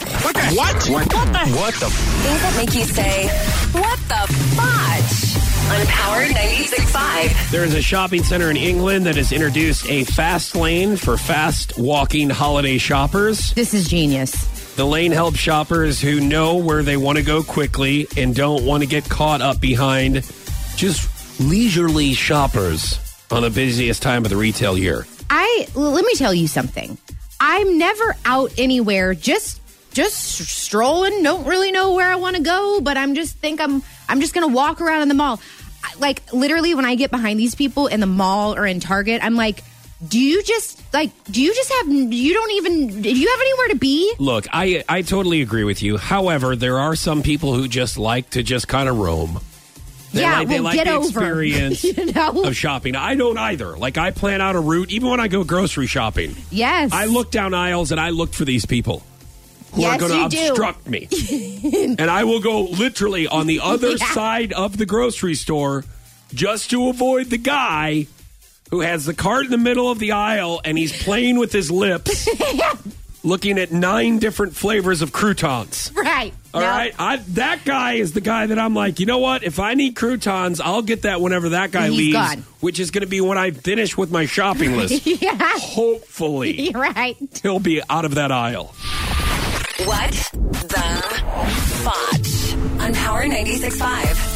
What? What? What the? F- Things that make you say, what the fudge? On Power 96.5. there is a shopping center in England that has introduced a fast lane for fast walking holiday shoppers. This is genius. The lane helps shoppers who know where they want to go quickly and don't want to get caught up behind just leisurely shoppers on the busiest time of the retail year. I l- let me tell you something. I'm never out anywhere just just strolling, don't really know where I want to go, but I'm just think I'm I'm just going to walk around in the mall. I- Like literally when I get behind these people in the mall or in Target, I'm like, "Do you just like do you just have you don't even do you have anywhere to be?" Look, I I totally agree with you. However, there are some people who just like to just kind of roam. They Yeah, like, they well, like get the over. experience You know? of shopping. I don't either. Like I plan out a route even when I go grocery shopping. Yes. I look down aisles and I look for these people who Yes, are going you to do. obstruct me. and I will go literally on the other Yeah. side of the grocery store just to avoid the guy who has the cart in the middle of the aisle and he's playing with his lips looking at nine different flavors of croutons. right. All No. right, I, that guy is the guy that I'm like. You know what? If I need croutons, I'll get that whenever that guy He's leaves, gone. which is going to be when I finish with my shopping list. Yeah. Hopefully, You're right. he'll be out of that aisle. What the fudge? On Power 96.5.